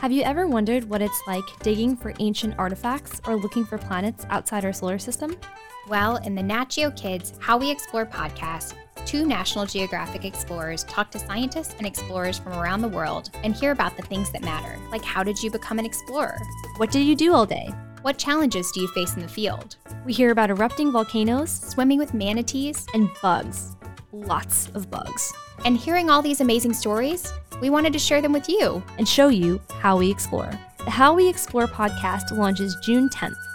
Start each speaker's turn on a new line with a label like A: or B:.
A: Have you ever wondered what it's like digging for ancient artifacts or looking for planets outside our solar system?
B: Well, in the Nat Geo Kids How We Explore podcast, two National Geographic explorers talk to scientists and explorers from around the world and hear about the things that matter, like how did you become an explorer?
A: What did you do all day?
B: What challenges do you face in the field?
A: We hear about erupting volcanoes
B: Swimming with manatees?
A: and bugs. Lots of bugs.
B: And hearing all these amazing stories, we wanted to share them with you.
A: And show you how we explore. The How We Explore podcast launches June 10th.